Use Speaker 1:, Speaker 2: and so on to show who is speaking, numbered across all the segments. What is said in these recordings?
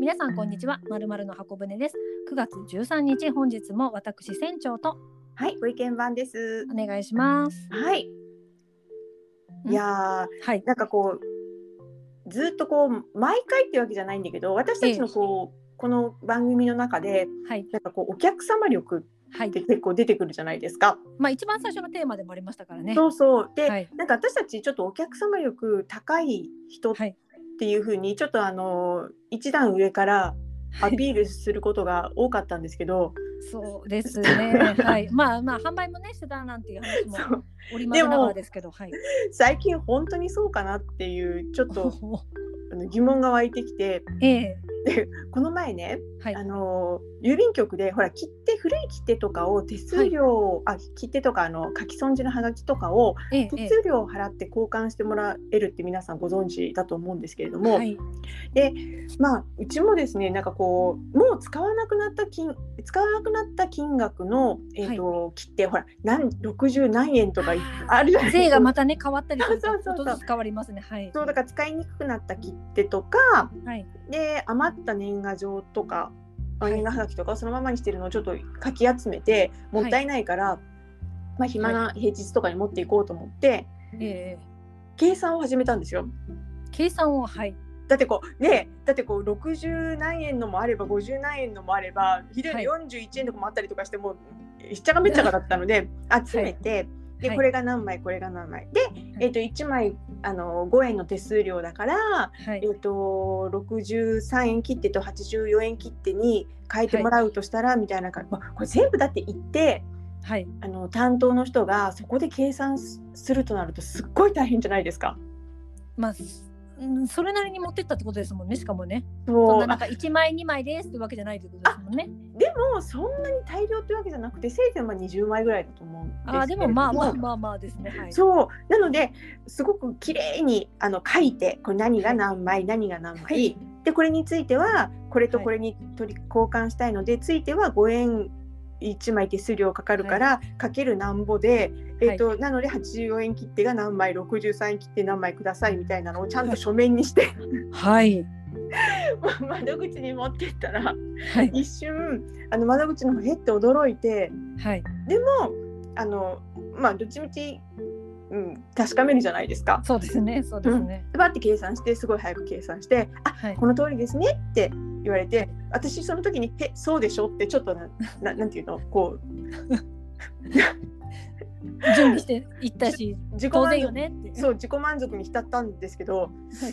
Speaker 1: 皆さんこんにちはまるまるの箱舟です9月13日本日も私船長と
Speaker 2: はい、ご意見番です。
Speaker 1: お願いします
Speaker 2: はい。
Speaker 1: うん
Speaker 2: いやー、
Speaker 1: はい
Speaker 2: なんかこう、ずっとこう、毎回ってわけじゃないんだけど、私たちのこう、この番組の中で、
Speaker 1: はい
Speaker 2: なんかこう、お客様力
Speaker 1: は
Speaker 2: っ
Speaker 1: い
Speaker 2: て結構出てくるじゃないですか。
Speaker 1: まあ一番最初のテーマでもありましたからね
Speaker 2: そうそう。で、
Speaker 1: はい
Speaker 2: なんか私たちちょっとお客様力高い人っ
Speaker 1: はい
Speaker 2: ていう風に、ちょっとあの、一段上からアピールすることが多かったんですけど、
Speaker 1: そうです ねはいまあまあ販売もねしてたなんていう話 も
Speaker 2: そう
Speaker 1: 織り交ぜながらですけどはい
Speaker 2: 最近本当にそうかなっていう、ちょっ とあの疑問が湧いてきて、
Speaker 1: ええ
Speaker 2: この前ね、
Speaker 1: はい
Speaker 2: あの郵便局でほら切手古い切手とかを手数料、あ切手とかあの書き損じのハガキとかを
Speaker 1: えええ
Speaker 2: 手数料を払って交換してもらえるって皆さんご存知だと思うんですけれど
Speaker 1: え
Speaker 2: も、
Speaker 1: はい
Speaker 2: まあうちもですねなんかこうもう使わなくなった金使わなくなった金額のえっ、と、切手ほら何60何円とかいあるじゃないですか。
Speaker 1: 税がまたね変わったりすると
Speaker 2: そうそうそう
Speaker 1: ちょっとずつ変わりますねはい
Speaker 2: そうだから使いにくくなった切手とか
Speaker 1: はい
Speaker 2: で余った年賀状とかま
Speaker 1: は
Speaker 2: あ
Speaker 1: い
Speaker 2: 年賀はがきとかをそのままにしてるのをちょっとかき集めてもったいないから、まあ、暇な平日とかに持っていこうと思って
Speaker 1: ええ
Speaker 2: 計算を始めたんですよ。
Speaker 1: 計算をはい
Speaker 2: だってこうねだってこう60何円のもあれば50何円のもあればひどいの
Speaker 1: はい
Speaker 2: 41円とかもあったりとかしてもうしっちゃかめっちゃかだったので集めて、で
Speaker 1: はい
Speaker 2: これが何枚これが何枚で、えっと1枚あの5円の手数料だから、
Speaker 1: はい
Speaker 2: えー、と63円切手と84円切手に変えてもらうとしたら、みたいな感じ、まあこれ全部だって言って
Speaker 1: はい
Speaker 2: あの担当の人がそこで計算すするとなるとすっごい大変じゃないですか。
Speaker 1: まあすうんそれなりに持ってったってことですもんねしかもねそん
Speaker 2: そう
Speaker 1: なな
Speaker 2: あ
Speaker 1: んか1枚2枚ですってわけじゃないってことですもんね
Speaker 2: でもそんなに大量ってわけじゃなくてせいぜいまあ20枚ぐらいだと思うんですけれど
Speaker 1: ああーでもまあまあまあまあですねはい
Speaker 2: そうなのですごく綺麗にあの書いてこれ何が何枚、何が何枚、
Speaker 1: はい
Speaker 2: でこれについてはこれと
Speaker 1: はい
Speaker 2: これに取り交換したいので、ついては5円1枚手数料かかるから、かけるなんぼで、えーとなので84円切手が何枚63円切手何枚くださいみたいなのをちゃんと書面 にして、
Speaker 1: はい
Speaker 2: 窓口に持ってったら
Speaker 1: はい
Speaker 2: 一瞬あの窓口の方へって驚いて
Speaker 1: はい
Speaker 2: でもあのまあどっちみち、うん、確かめるじゃないですか。
Speaker 1: そうですねそうですね、
Speaker 2: バって計算してすごい早く計算して「あ
Speaker 1: はい
Speaker 2: この通りですね」って言われて私その時に「えそうでしょ?」ってちょっ となななんていうのこう
Speaker 1: 準備していったし
Speaker 2: 自己
Speaker 1: 当
Speaker 2: 満
Speaker 1: 然よ
Speaker 2: 足、
Speaker 1: ねって
Speaker 2: そう自己満足に浸ったんですけど、こんなに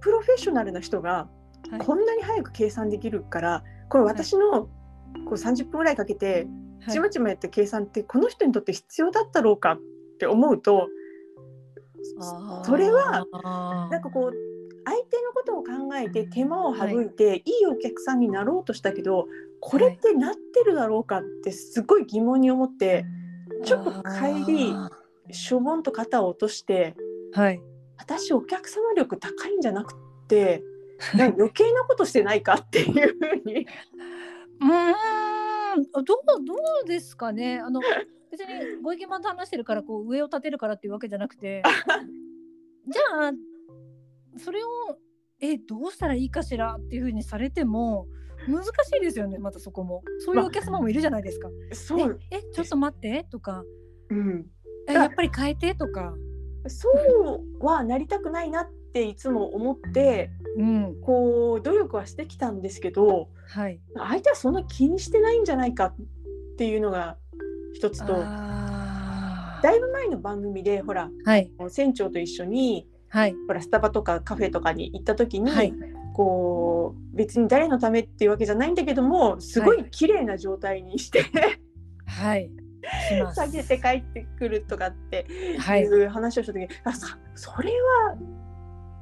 Speaker 2: プロフェッショナルな人が
Speaker 1: はい
Speaker 2: こんなに早く計算できるからこれ私のこう30分ぐらいかけて
Speaker 1: はい
Speaker 2: ちまちまやった計算ってこの人にとって必要だったろうかって思うと
Speaker 1: あー
Speaker 2: それは
Speaker 1: あー
Speaker 2: なんかこう相手のことを考えて手間を省いて、い、いお客さんになろうとしたけどこれってなってるだろうかってすごい疑問に思ってちょっと帰り
Speaker 1: あ
Speaker 2: しょぼんと肩を落として
Speaker 1: ーはい
Speaker 2: 私お客様力高いんじゃなくてなんか余計なことしてないかっていうふうに
Speaker 1: うーんどうどうですかねあの別にご意見番と話してるからこう上を立てるからっていうわけじゃなく てじゃあそれをえどうしたらいいかしらっていうふうにされても難しいですよねまたそこもそういうお客様もいるじゃないですか。
Speaker 2: そう、
Speaker 1: ええちょっと待ってとか
Speaker 2: うん、
Speaker 1: え
Speaker 2: だ
Speaker 1: やっぱり変えてとか、
Speaker 2: そうはなりたくないなっていつも思って
Speaker 1: うん
Speaker 2: こう努力はしてきたんですけど
Speaker 1: はい、
Speaker 2: 相手はそんな気にしてないんじゃないかっていうのが一つと。
Speaker 1: あー
Speaker 2: だいぶ前の番組でほら
Speaker 1: はい
Speaker 2: 船長と一緒に
Speaker 1: はい
Speaker 2: ほらスタバとかカフェとかに行った時に、
Speaker 1: はい
Speaker 2: こう別に誰のためっていうわけじゃないんだけどもすごい綺麗な状態 にして、
Speaker 1: はいします
Speaker 2: 下げて帰ってくるとかって
Speaker 1: はいいう
Speaker 2: 話をした時に、あさそれは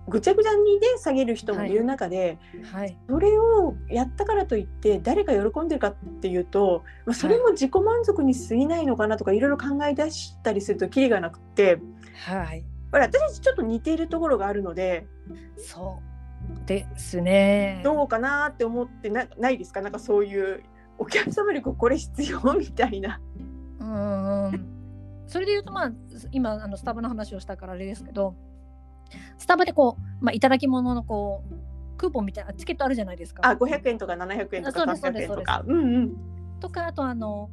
Speaker 2: ぐちゃぐちゃにね下げる人もいる中で、
Speaker 1: はい
Speaker 2: それをやったからといって誰が喜んでるかっていうと、まあ、それも自己満足に過ぎないのかなとかいろいろ考え出したりするとキリがなくって。
Speaker 1: はい
Speaker 2: ほら私たちちょっと似ているところがあるので
Speaker 1: そうですね。
Speaker 2: どうかなって思ってなないですかなんかそういうお客様力これ必要みたいな。
Speaker 1: うーんそれで言うとまあ今あのスタバの話をしたからあれですけどスタバでこう、まあ、いただき物のこうクーポンみたいなチケットあるじゃないですか。
Speaker 2: あ、500円とか700円とか
Speaker 1: あそう
Speaker 2: 300
Speaker 1: です
Speaker 2: 円
Speaker 1: そうです
Speaker 2: とか。うんうん。
Speaker 1: とかあとあの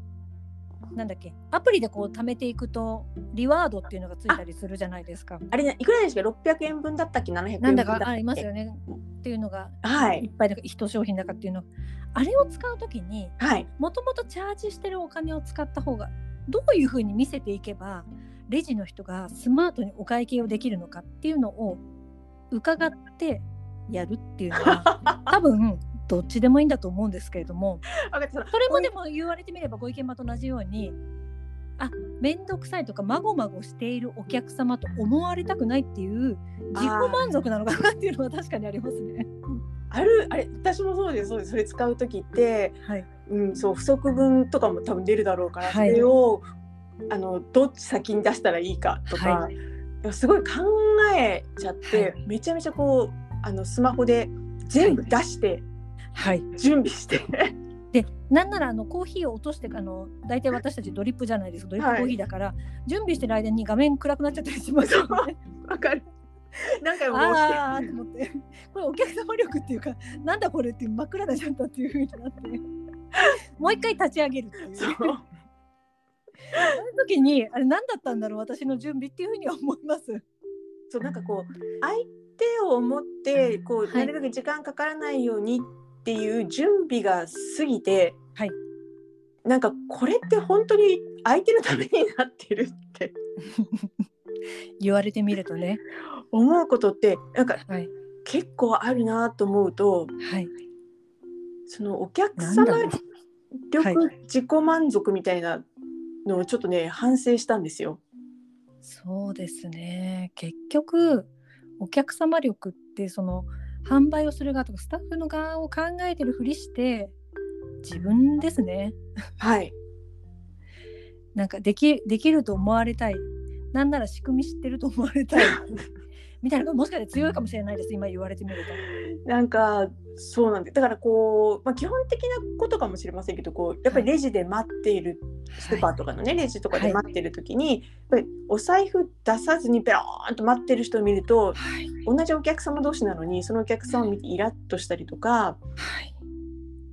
Speaker 1: なんだっけアプリでこう貯めていくとリワードっていうのがついたりするじゃないですか。
Speaker 2: あれねいくらでしたっけ600円分だったっけ700円分
Speaker 1: なんだ
Speaker 2: っ
Speaker 1: か
Speaker 2: たっけ
Speaker 1: ありますよねっていうのが
Speaker 2: はい
Speaker 1: いっぱいだから一商品だかっていうのあれを使う時に
Speaker 2: はい
Speaker 1: もともとチャージしてるお金を使った方がどういうふうに見せていけばレジの人がスマートにお会計をできるのかっていうのを伺ってやるっていうの は多分どっちでもいいんだと思うんですけれども
Speaker 2: 分かったその
Speaker 1: それもでも言われてみればご意見場と同じようにあ面倒くさいとかまごまごしているお客様と思われたくないっていう自己満足なのかなっていうのは確かにありますね。
Speaker 2: あるあれ私もそうですそうですそれ使う時って、
Speaker 1: はい、
Speaker 2: うん、そう不足分とかも多分出るだろうから、
Speaker 1: はい
Speaker 2: それをあのどっち先に出したらいいかとか、
Speaker 1: は
Speaker 2: すごい考えちゃって、
Speaker 1: はい
Speaker 2: めちゃめちゃこうあのスマホで全部出して、
Speaker 1: はい
Speaker 2: 準備して
Speaker 1: でなんならあのコーヒーを落としてあの大体私たちドリップじゃないですかドリップコーヒーだから、準備してる間に画面暗くなっちゃったりしますよ ね。
Speaker 2: わかる何回も押
Speaker 1: ああーと思ってこれお客様力っていうかなんだこれって真っ暗なちゃったっていうふうになってもう一回立ち上げるっていう
Speaker 2: して
Speaker 1: そ
Speaker 2: そ
Speaker 1: の
Speaker 2: う
Speaker 1: 時にあれ何だったんだろう私の準備っていうふうには思います。
Speaker 2: そうなんかこう相手を思ってこ
Speaker 1: は
Speaker 2: う
Speaker 1: い
Speaker 2: なるべく時間かからないようにっていう準備が過ぎて、
Speaker 1: はい
Speaker 2: なんかこれって本当に相手のためになってるって
Speaker 1: 言われてみるとね。
Speaker 2: 思うことってなんか
Speaker 1: はい
Speaker 2: 結構あるなと思うと
Speaker 1: はい
Speaker 2: そのお客
Speaker 1: なんだろ
Speaker 2: 様
Speaker 1: うは
Speaker 2: 力自己満足みたいなのをちょっとね反省したんですよ。
Speaker 1: そうですね結局お客様力ってその販売をする側とかスタッフの側を考えてるふりして自分ですね
Speaker 2: はい
Speaker 1: なんかできできると思われたいなんなら仕組み知ってると思われ たいみたいなのがもしかして強いかもしれないです今言われてみると。
Speaker 2: なんかそうなんでだからこう、まあ、基本的なことかもしれませんけどこうやっぱりレジで待っているスーパーとかのね、レジとかで待ってる時に、やっぱりお財布出さずにペローンと待ってる人を見る
Speaker 1: は
Speaker 2: と
Speaker 1: い
Speaker 2: 同じお客様同士なのにそのお客様を見てイラッとしたりとか
Speaker 1: はい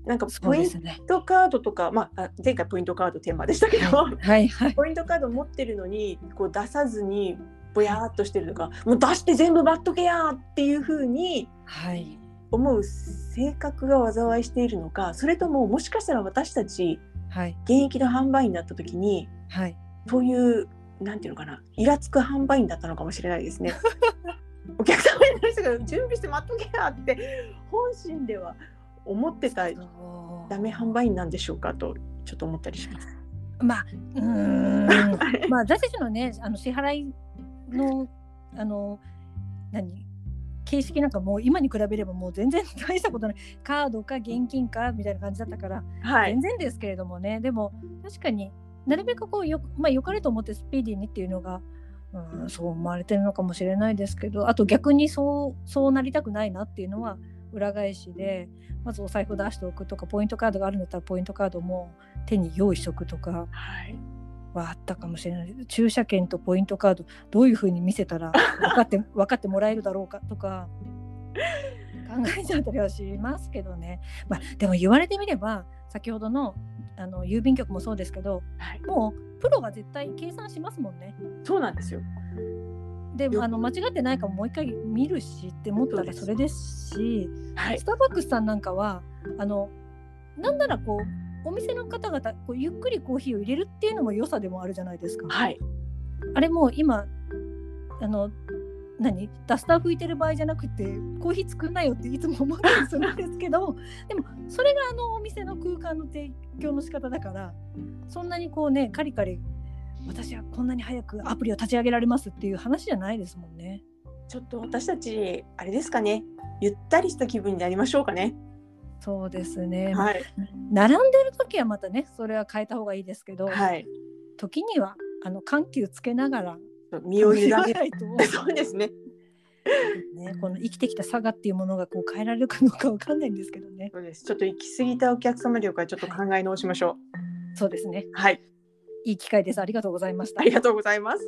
Speaker 2: なんか
Speaker 1: そ
Speaker 2: ポ
Speaker 1: う
Speaker 2: イ
Speaker 1: で
Speaker 2: ン
Speaker 1: すね。
Speaker 2: トカードとか、まあ、あ前回ポイントカードテーマでしたけど、
Speaker 1: はいはい
Speaker 2: ポイントカード持ってるのにこう出さずにぼやーっとしてるとかもう出して全部待っとけやーっていう風に
Speaker 1: はい
Speaker 2: 思う性格が災いしているのかそれとももしかしたら私たち
Speaker 1: はい
Speaker 2: 現役の販売員になった時に
Speaker 1: はい
Speaker 2: そういうなんていうのかなイラつく販売員だったのかもしれないで すね。お客様に対して準備して待っとけやって本心では思ってた
Speaker 1: そう
Speaker 2: ダメ販売員なんでしょうかとちょっと思ったりします。
Speaker 1: まあ、う ーんまあ、私たちのね、あの支払いの、あの、何。形式なんかもう今に比べればもう全然大したことないカードか現金かみたいな感じだったから、
Speaker 2: はい
Speaker 1: 全然ですけれどもねでも確かになるべくこうよ,、まあ、よかれと思ってスピーディーにっていうのが、うん、そう思われてるのかもしれないですけどあと逆にそうそうなりたくないなっていうのは裏返しでまずお財布出しておくとかポイントカードがあるんだったらポイントカードも手に用意しておくとか
Speaker 2: はい
Speaker 1: はあったかもしれない駐車券とポイントカードどういうふうに見せたら分かって分かってもらえるだろうかとか考えちゃったりはしますけどね、まあ、でも言われてみれば先ほどのあの郵便局もそうですけど
Speaker 2: はい
Speaker 1: もうプロが絶対計算しますもんね。
Speaker 2: そうなんですよ。
Speaker 1: で
Speaker 2: よ
Speaker 1: あの間違ってないかももう一回見るしって思ったらそれですし
Speaker 2: はい
Speaker 1: スターバックスさんなんかはあのなんならこうお店の方々こうゆっくりコーヒーを入れるっていうのも良さでもあるじゃないですか。
Speaker 2: はい
Speaker 1: あれもう今あの何ダスター拭いてる場合じゃなくてコーヒー作んなよっていつも思ったりするんですけどでもそれがあのお店の空間の提供の仕方だからそんなにこうねカリカリ私はこんなに早くアプリを立ち上げられますっていう話じゃないですもんね。
Speaker 2: ちょっと私たちあれですかねゆったりした気分になりましょうかね。
Speaker 1: そうですね、
Speaker 2: はい
Speaker 1: 並んでる時はまたねそれは変えた方がいいですけど、
Speaker 2: はい
Speaker 1: 時にはあの緩急つけながら
Speaker 2: 身を委ね
Speaker 1: 楽しまないと
Speaker 2: る そうですね。
Speaker 1: ねこの生きてきた差がっていうものがこう変えられるかどうかわかんないんですけどね。
Speaker 2: そうです。ちょっと行き過ぎたお客様力はちょっと考え直しましょ
Speaker 1: そうですね
Speaker 2: う。はい
Speaker 1: いい機会です。ありがとうございました
Speaker 2: あ。りがとうございます。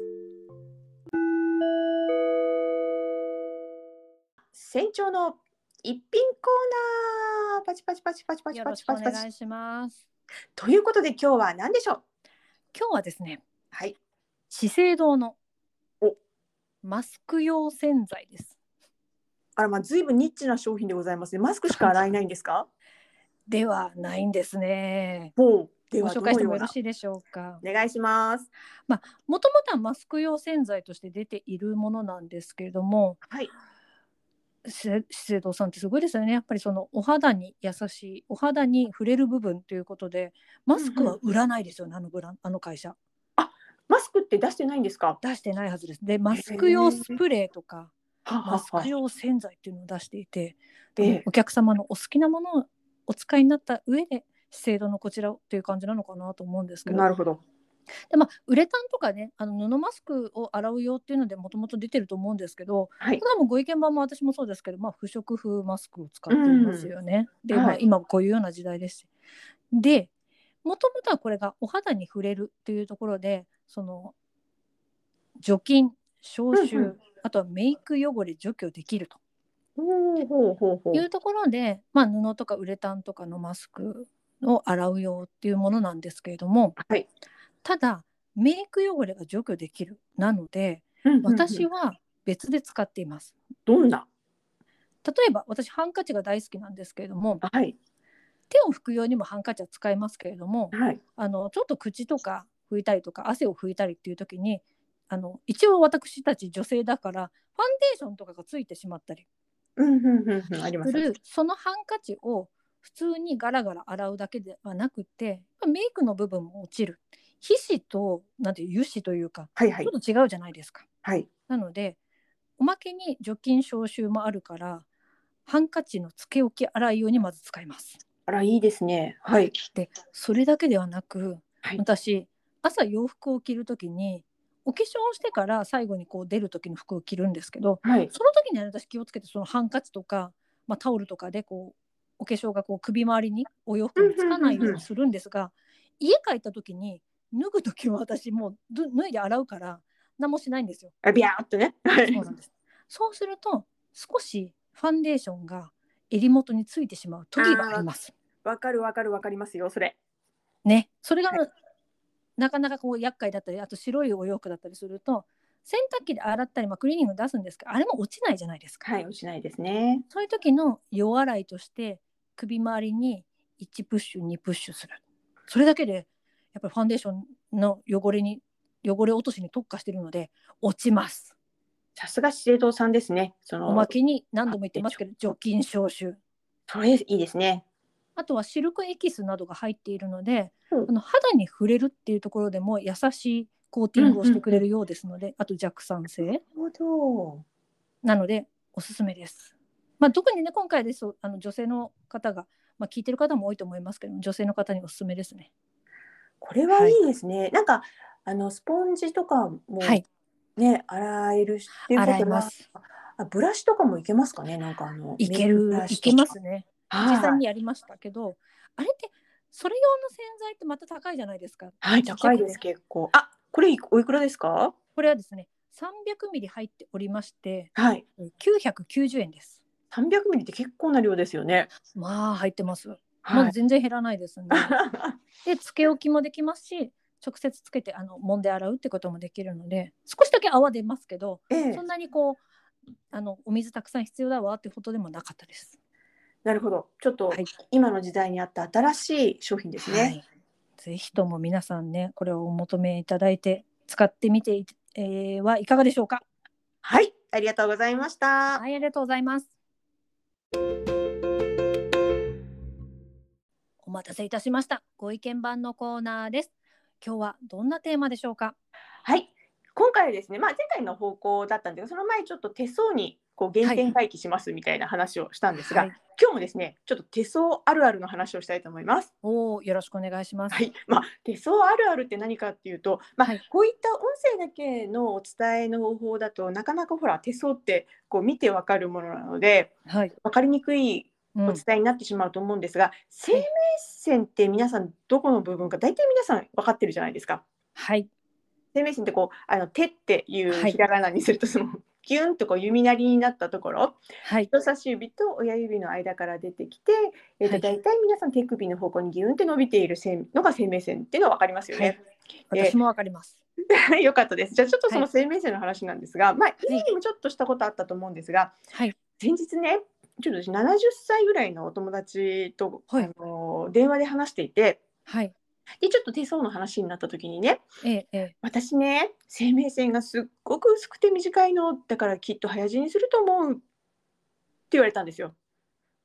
Speaker 2: 船長の一品コーナーパチパチパチパチパチ
Speaker 1: よ
Speaker 2: パ
Speaker 1: ろ
Speaker 2: チ
Speaker 1: しくお
Speaker 2: パチパ
Speaker 1: 願
Speaker 2: チ
Speaker 1: いします。
Speaker 2: ということで今日は何でしょう
Speaker 1: 今日はですね、
Speaker 2: はい
Speaker 1: 資生堂の
Speaker 2: お
Speaker 1: マスク用洗剤です。
Speaker 2: あらまあ随分ニッチな商品でございますねマスクしか洗えないんで すか
Speaker 1: ではないんですね。
Speaker 2: ほうで
Speaker 1: ご
Speaker 2: はど
Speaker 1: 紹
Speaker 2: の
Speaker 1: 介して
Speaker 2: よ
Speaker 1: も
Speaker 2: う
Speaker 1: よろ
Speaker 2: な
Speaker 1: しいでしょうか。
Speaker 2: お願いします
Speaker 1: もともとはマスク用洗剤として出ているものなんですけれども、
Speaker 2: はい
Speaker 1: し資生堂さんってすごいですよね。やっぱりそのお肌に優しい、お肌に触れる部分ということで、マスクは売らないですよね、あのブランあの会社。
Speaker 2: マスクって出してないんですか
Speaker 1: 出してないはずです。で、マスク用スプレーとか、
Speaker 2: は
Speaker 1: マスク
Speaker 2: は
Speaker 1: 用洗剤っていうのを出していて、
Speaker 2: ええ
Speaker 1: お客様のお好きなものをお使いになった上で、資生堂のこちらをという感じなのかなと思うんですけど、
Speaker 2: なるほど
Speaker 1: でまあ、ウレタンとかねあの布マスクを洗う用っていうのでもともと出てると思うんですけど
Speaker 2: はい
Speaker 1: これはもうご意見番も私もそうですけど、まあ、不織布マスクを使っていますよね。で、ま
Speaker 2: は
Speaker 1: あ、
Speaker 2: い
Speaker 1: 今こういうような時代ですし。でもともとはこれがお肌に触れるっていうところでその除菌消臭、
Speaker 2: うんうん
Speaker 1: あとはメイク汚れ除去できると
Speaker 2: ほうほうほうほう
Speaker 1: いうところで、まあ、布とかウレタンとかのマスクを洗う用っていうものなんですけれども、
Speaker 2: はい
Speaker 1: ただメイク汚れが除去できるなので私
Speaker 2: は
Speaker 1: は別で使っています。
Speaker 2: どんな
Speaker 1: 例えば私ハンカチが大好きなんですけれども
Speaker 2: はい
Speaker 1: 手を拭く用にもハンカチは使いますけれども
Speaker 2: はい
Speaker 1: あのちょっと口とか拭いたりとか汗を拭いたりっていう時にあの一応私たち女性だからファンデーションとかがついてしまったり
Speaker 2: うんうんうんうんあります
Speaker 1: するそのハンカチを普通にガラガラ洗うだけではなくてメイクの部分も落ちる皮脂となんていう油脂というか
Speaker 2: はいは
Speaker 1: ち
Speaker 2: い
Speaker 1: ょっと違うじゃないですか。
Speaker 2: はい
Speaker 1: なのでおまけに除菌消臭もあるからハンカチのつけ置き洗い用にまず使います。
Speaker 2: あらいいですねはい
Speaker 1: でそれだけではなく、
Speaker 2: はい
Speaker 1: 私朝洋服を着るときにお化粧をしてから最後にこう出る時の服を着るんですけど
Speaker 2: はい
Speaker 1: その時に、ね、私気をつけてそのハンカチとか、まあ、タオルとかでこうお化粧がこう首周りにお洋服につかないようにするんですが、家帰った時に脱ぐ時は私もう脱脱いで洗うから何もしないんですよ。
Speaker 2: あビャーっとねはい
Speaker 1: そうなんです。そうすると少しファンデーションが襟元についてしまう時があります。
Speaker 2: わかるわかるわかりますよそれ
Speaker 1: ね、それが、
Speaker 2: は
Speaker 1: なかなかこう厄介だったり、あと白いお洋服だったりすると洗濯機で洗ったり、まあ、クリーニング出すんですけど、あれも落ちないじゃないですか。
Speaker 2: はい落ちないですね
Speaker 1: そういう時の弱洗いとして首周りに1プッシュ2プッシュする。それだけでやっぱりファンデーションの汚れに汚れ落としに特化してるので落ちます。
Speaker 2: さすが資生堂さんですねその
Speaker 1: おまけに何度も言ってますけど除菌消臭
Speaker 2: それいいですね
Speaker 1: あとはシルクエキスなどが入っているので、
Speaker 2: うん
Speaker 1: あの肌に触れるっていうところでも優しいコーティングをしてくれるようですので、あと弱酸性
Speaker 2: なるほど
Speaker 1: なのでおすすめです。まあ、特にね今回ですとあの女性の方が、まあ、聞いてる方も多いと思いますけど女性の方におすすめですね。
Speaker 2: これはいいですね、なんかあのスポンジとかも
Speaker 1: はい
Speaker 2: ね、洗えるしっていうこと
Speaker 1: 洗います
Speaker 2: あブラシとかもいけますかねなんかあの
Speaker 1: いけ
Speaker 2: メイクブ
Speaker 1: る
Speaker 2: ラ
Speaker 1: い
Speaker 2: シ
Speaker 1: け
Speaker 2: とか
Speaker 1: ますね。実際
Speaker 2: はい
Speaker 1: にやりましたけどあれってそれ用の洗剤ってまた高いじゃないですか。
Speaker 2: はい高いです結構あこれいおいくらですか
Speaker 1: これはですね300ミリ入っておりまして
Speaker 2: はい
Speaker 1: 990円です。
Speaker 2: 300ミリって結構な量ですよね
Speaker 1: まあ入ってます。ま
Speaker 2: は
Speaker 1: だ
Speaker 2: い
Speaker 1: 全然減らない ですんで。
Speaker 2: は
Speaker 1: でつけ置きもできますし直接つけてあの揉んで洗うってこともできるので少しだけ泡出ますけど、
Speaker 2: いええ
Speaker 1: そんなにこうあのお水たくさん必要だわってほどでもなかったです。
Speaker 2: なるほどちょっと
Speaker 1: はい
Speaker 2: 今の時代にあった新しい商品ですね、
Speaker 1: はい、ぜひとも皆さんねこれをお求めいただいて使ってみてい、えーはいかがでしょうか。
Speaker 2: はい、ありがとうございました。
Speaker 1: はいありがとうございます。お待たせいたしました。ご意見番のコーナーです。今日はどんなテーマでしょうか。
Speaker 2: はい、今回はですね、まあ前回の方向だったんですが、その前ちょっと手相にこう原点回帰しますみたいな話をしたんですが、
Speaker 1: はい
Speaker 2: 今日もですね、ちょっと手相あるあるの話をしたいと思います。
Speaker 1: おおよろしくお願いします。
Speaker 2: はい、まあ手相あるあるって何かっていうと、まあ、
Speaker 1: はい
Speaker 2: こういった音声だけのお伝えの方法だとなかなかほら手相ってこう見てわかるものなので、
Speaker 1: はい。
Speaker 2: わかりにくい
Speaker 1: うん
Speaker 2: お伝えになってしまうと思うんですが、生命線って皆さんどこの部分か大体皆さん分かってるじゃないですか。
Speaker 1: はい。
Speaker 2: 生命線ってこうあの手っていう
Speaker 1: はい
Speaker 2: ひらがなにするとその、 ギュンとこう弓なりになったところ
Speaker 1: はい。
Speaker 2: 人差し指と親指の間から出てきて、え
Speaker 1: は
Speaker 2: ー、と
Speaker 1: い
Speaker 2: 大体皆さん手首の方向にギュンって伸びている線のが生命線っていうのは分かりますよね。え
Speaker 1: 私もわかります。
Speaker 2: よかったです。じゃあちょっとその
Speaker 1: はい
Speaker 2: 生命線の話なんですが、まあ以前にもちょっとしたことあったと思うんですが、
Speaker 1: はい。
Speaker 2: 先日ねちょっと私70歳ぐらいのお友達と、
Speaker 1: はい
Speaker 2: あの電話で話していて
Speaker 1: はい。
Speaker 2: でちょっと手相の話になった時にね
Speaker 1: ええ、ええ。
Speaker 2: 私ね生命線がすっごく薄くて短いのだからきっと早死にすると思うって言われたんですよ。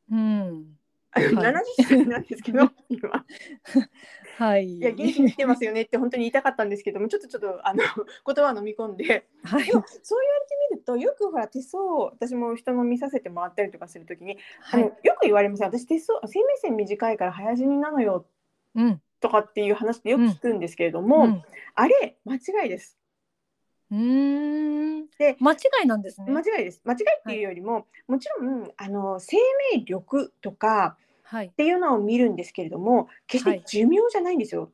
Speaker 1: うん。
Speaker 2: あの
Speaker 1: はい
Speaker 2: 70歳なんですけ ど今
Speaker 1: はい。
Speaker 2: いや元気に来てますよねって本当に言いたかったんですけどもちょっとちょっとあの言葉を飲み込ん で
Speaker 1: はい
Speaker 2: で。もそう言われてみるとよくほら手相私も人の見させてもらったりとかするときに、
Speaker 1: は
Speaker 2: あの
Speaker 1: い。
Speaker 2: よく言われません私手相生命線短いから早死になのよ
Speaker 1: うん。
Speaker 2: とかっていう話でよく聞くんですけれども、
Speaker 1: うん。
Speaker 2: あれ間違いです
Speaker 1: うーん。
Speaker 2: で
Speaker 1: 間違いなんですね
Speaker 2: 間。違いです間違いっていうよりも、もちろんあの生命力とか
Speaker 1: はい
Speaker 2: っ。ていうのを見るんですけれども決し
Speaker 1: は
Speaker 2: て
Speaker 1: い
Speaker 2: 寿命じゃないんですよ、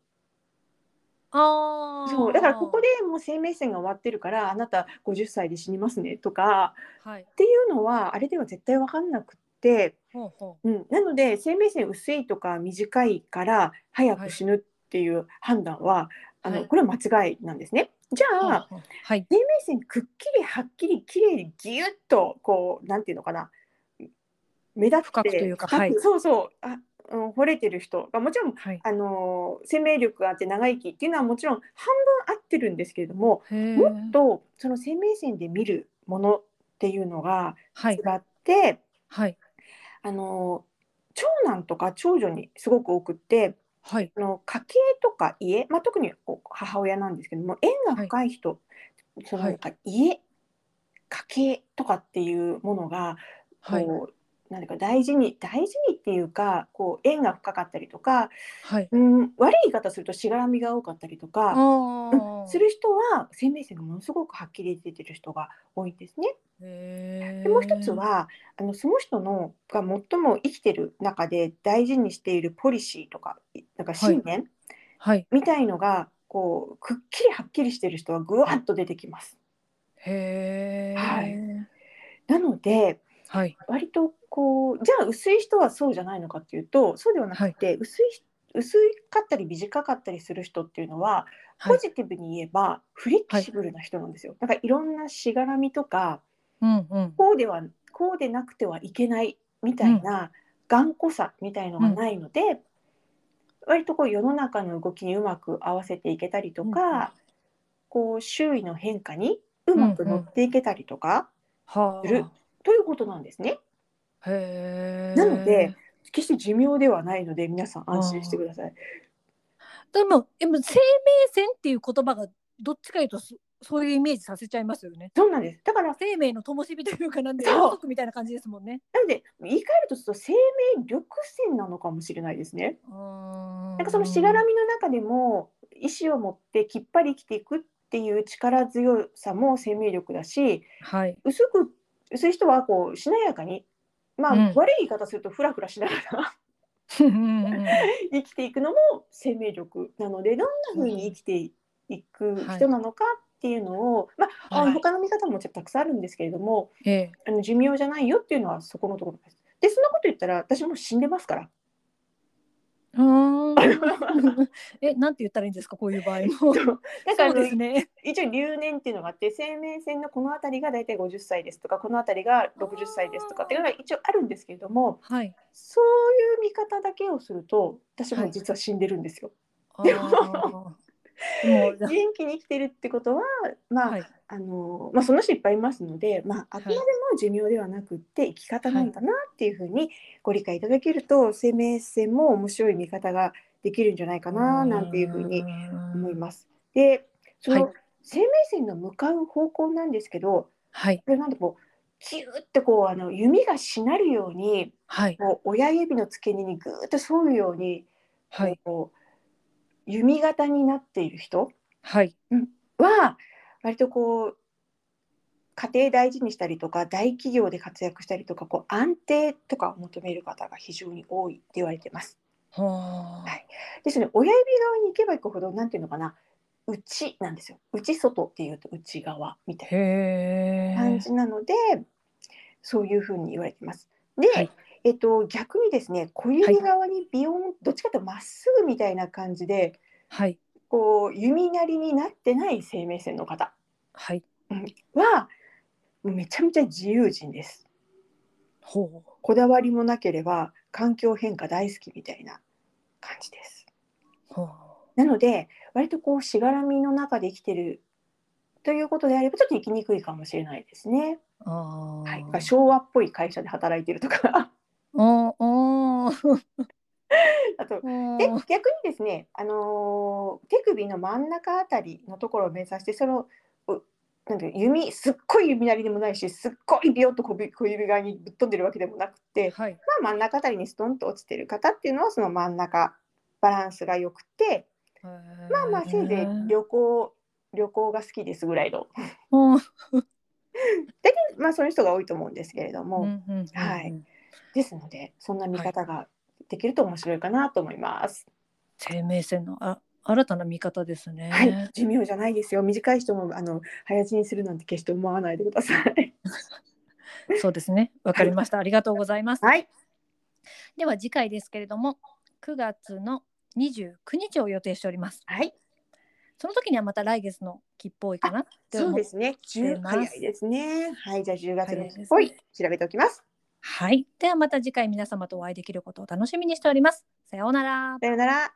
Speaker 1: ああ。
Speaker 2: そうだからここ。でもう生命線が終わってるからあなた50歳で死にますねとか
Speaker 1: はい。
Speaker 2: っていうのはあれでは絶対分かんなくって。
Speaker 1: ほうほ
Speaker 2: うん、なので生命線薄いとか短いから早く死ぬっていう判断は、あの
Speaker 1: はい
Speaker 2: これは間違いなんですね。じゃ
Speaker 1: う。ほう
Speaker 2: あ
Speaker 1: ほうはい。
Speaker 2: 生命線くっきりはっきりきれいにぎゅっとこうなんていうのかな目立って
Speaker 1: 深くというか
Speaker 2: 深く
Speaker 1: はい
Speaker 2: そうそうあ、うん、惚れてる人がもちろん
Speaker 1: はい。
Speaker 2: あの生命力があって長生きっていうのはもちろん半分合ってるんですけれども
Speaker 1: へえ。
Speaker 2: もっとその生命線で見るものっていうのが
Speaker 1: はい
Speaker 2: 違。って。
Speaker 1: はい。
Speaker 2: あの長男とか長女にすごく多くって
Speaker 1: はい。
Speaker 2: あの家系とか家、まあ、特にこう母親なんですけども縁が深い人、その
Speaker 1: はい
Speaker 2: なんか家、家系とかっていうものがこう、
Speaker 1: はい。
Speaker 2: なんていうか大事に大事にっていうかこう縁が深かったりとか、
Speaker 1: はい。
Speaker 2: うん、悪い言い方するとしがらみが多かったりとか、
Speaker 1: ああ。
Speaker 2: する人は生命線がものすごくはっきり出てる人が多いんですね。
Speaker 1: へ
Speaker 2: で
Speaker 1: え。
Speaker 2: もう一つ。はあのその人のが最も生きてる中で大事にしているポリシーとかいなんか信念
Speaker 1: はい。
Speaker 2: みたいのが、こうくっきりはっきりしてる人はぐわっと出てきます。
Speaker 1: へえ。
Speaker 2: はい。なので
Speaker 1: はい。
Speaker 2: 割とこうじゃあ薄い人はそうじゃないのかっていうとそうではなくて、薄い薄かったり短かったりする人っていうのは
Speaker 1: は
Speaker 2: ポ
Speaker 1: い。
Speaker 2: ジティブに言えばフレキシブルな人なんですよ。だからいろんなしがらみとか
Speaker 1: うん。うん。
Speaker 2: こうではこうでなくてはいけないみたいな頑固さみたいのがないので、割とこう世の中の動きにうまく合わせていけたりと
Speaker 1: うんうん
Speaker 2: か、こう周囲の変化にうまく乗っていけたりとか、
Speaker 1: は
Speaker 2: するということなんですね。
Speaker 1: あ。へえ。
Speaker 2: なので。決して寿命ではないので皆さん安心してください。
Speaker 1: でも、でも生命線っていう言葉がどっちかいうとそそういうイメージさせちゃいますよね。
Speaker 2: そうなんです。だから
Speaker 1: 生命の灯火というかなんで
Speaker 2: そう
Speaker 1: 家族みたいな感じですもんね。
Speaker 2: なので言い換えるとすると生命力線なのかもしれないですね。
Speaker 1: な
Speaker 2: なんかそのしがらみの中でも意志を持ってきっぱり生きていくっていう力強さも生命力だし
Speaker 1: はい。
Speaker 2: 薄く薄い人はこうしなやかにまあ、
Speaker 1: うん
Speaker 2: 悪い言い方するとフラフラしながら
Speaker 1: うんうんうん
Speaker 2: 生きていくのも生命力なのでどんな風に生きていく人なのかっていうのを、まあ、あ
Speaker 1: は
Speaker 2: の
Speaker 1: い
Speaker 2: 他の見方もちょっとたくさんあるんですけれども
Speaker 1: ええ
Speaker 2: あの寿命じゃないよっていうのはそこのところです。でそんなこと言ったら私もう死んでますから。
Speaker 1: うーん え、なんて言ったらいいんですか、こういう場合も。
Speaker 2: なんかあ
Speaker 1: そ
Speaker 2: の
Speaker 1: うですね。
Speaker 2: 一応留年っていうのがあって生命線のこの辺りが大体50歳ですとかこの辺りが60歳ですとかっていうのが一応あるんですけれども
Speaker 1: はい。
Speaker 2: そういう見方だけをすると私も実は死んでるんです よ。
Speaker 1: あーもう
Speaker 2: 元気に生きてるってことは、まあ
Speaker 1: はい。
Speaker 2: あのまあ、その人いっぱいいますので、まあ、あくまでも寿命ではなくって生き方なんだなっていうふうにご理解いただけると生命線も面白い見方ができるんじゃないかななんていうふうに思います。でその、
Speaker 1: はい
Speaker 2: 生命線の向かう方向なんですけど
Speaker 1: はい。
Speaker 2: これなんでこうキューってこうあの弓がしなるように
Speaker 1: はい。
Speaker 2: こう親指の付け根にぐーっと沿うように、
Speaker 1: はい。
Speaker 2: こう弓形になっている人
Speaker 1: はい。
Speaker 2: は割とこう家庭大事にしたりとか大企業で活躍したりとかこう安定とかを求める方が非常に多いって言われてます。
Speaker 1: はあ
Speaker 2: ですね親指側に行けば行くほどなんていうのかな内なんですよ内外っていうと内側みたい
Speaker 1: へ
Speaker 2: な感
Speaker 1: え。
Speaker 2: じなのでそういうふうに言われてます。で、
Speaker 1: はい
Speaker 2: えっと、逆にですね小指側にビヨン、どっちかというとまっすぐみたいな感じで
Speaker 1: はい。
Speaker 2: こう弓なりになってない生命線の方
Speaker 1: はい。
Speaker 2: はめちゃめちゃ自由人です。
Speaker 1: ほう。
Speaker 2: こだわりもなければ環境変化大好きみたいな感じです。
Speaker 1: ほう。
Speaker 2: なので割とこうしがらみの中で生きてるということであればちょっと生きにくいかもしれないですね。
Speaker 1: ああ。
Speaker 2: はい、だから昭和っぽい会社で働いてるとか
Speaker 1: おーおー。
Speaker 2: あと
Speaker 1: お
Speaker 2: で
Speaker 1: ー
Speaker 2: 逆にですね、あのー手首の真ん中あたりのところを目指してそのうなんていう弓すっごい指なりでもないしすっごいビヨッと小指小指側にぶっ飛んでるわけでもなくて、
Speaker 1: はい。
Speaker 2: まあ、真ん中あたりにストンと落ちてる方っていうのはその真ん中バランスが良くてまあまあせいぜい旅行旅行が好きですぐらいの
Speaker 1: うん
Speaker 2: まあ、そういう人が多いと思うんですけれども、
Speaker 1: うんうんうん
Speaker 2: はい。ですのでそんな見方ができると面白いかなと思います。
Speaker 1: 生命線のあ新たな見方ですね。
Speaker 2: はい、寿命じゃないですよ短い人もあの早死にするなんて決して思わないでください。
Speaker 1: そうですね。わかりました。ありがとうございます。
Speaker 2: はい、
Speaker 1: では次回ですけれども、9月の29日を予定しております。
Speaker 2: はい、
Speaker 1: その時にはまた来月の切符多いかなって
Speaker 2: そう
Speaker 1: 思
Speaker 2: で
Speaker 1: う。
Speaker 2: すね
Speaker 1: 出
Speaker 2: 10
Speaker 1: ます
Speaker 2: 早いですね。はいじゃあ10月
Speaker 1: 早
Speaker 2: の
Speaker 1: いですね
Speaker 2: ほい調べておきます。
Speaker 1: はい。ではまた次回皆様とお会いできることを楽しみにしております。さようなら。
Speaker 2: さようなら。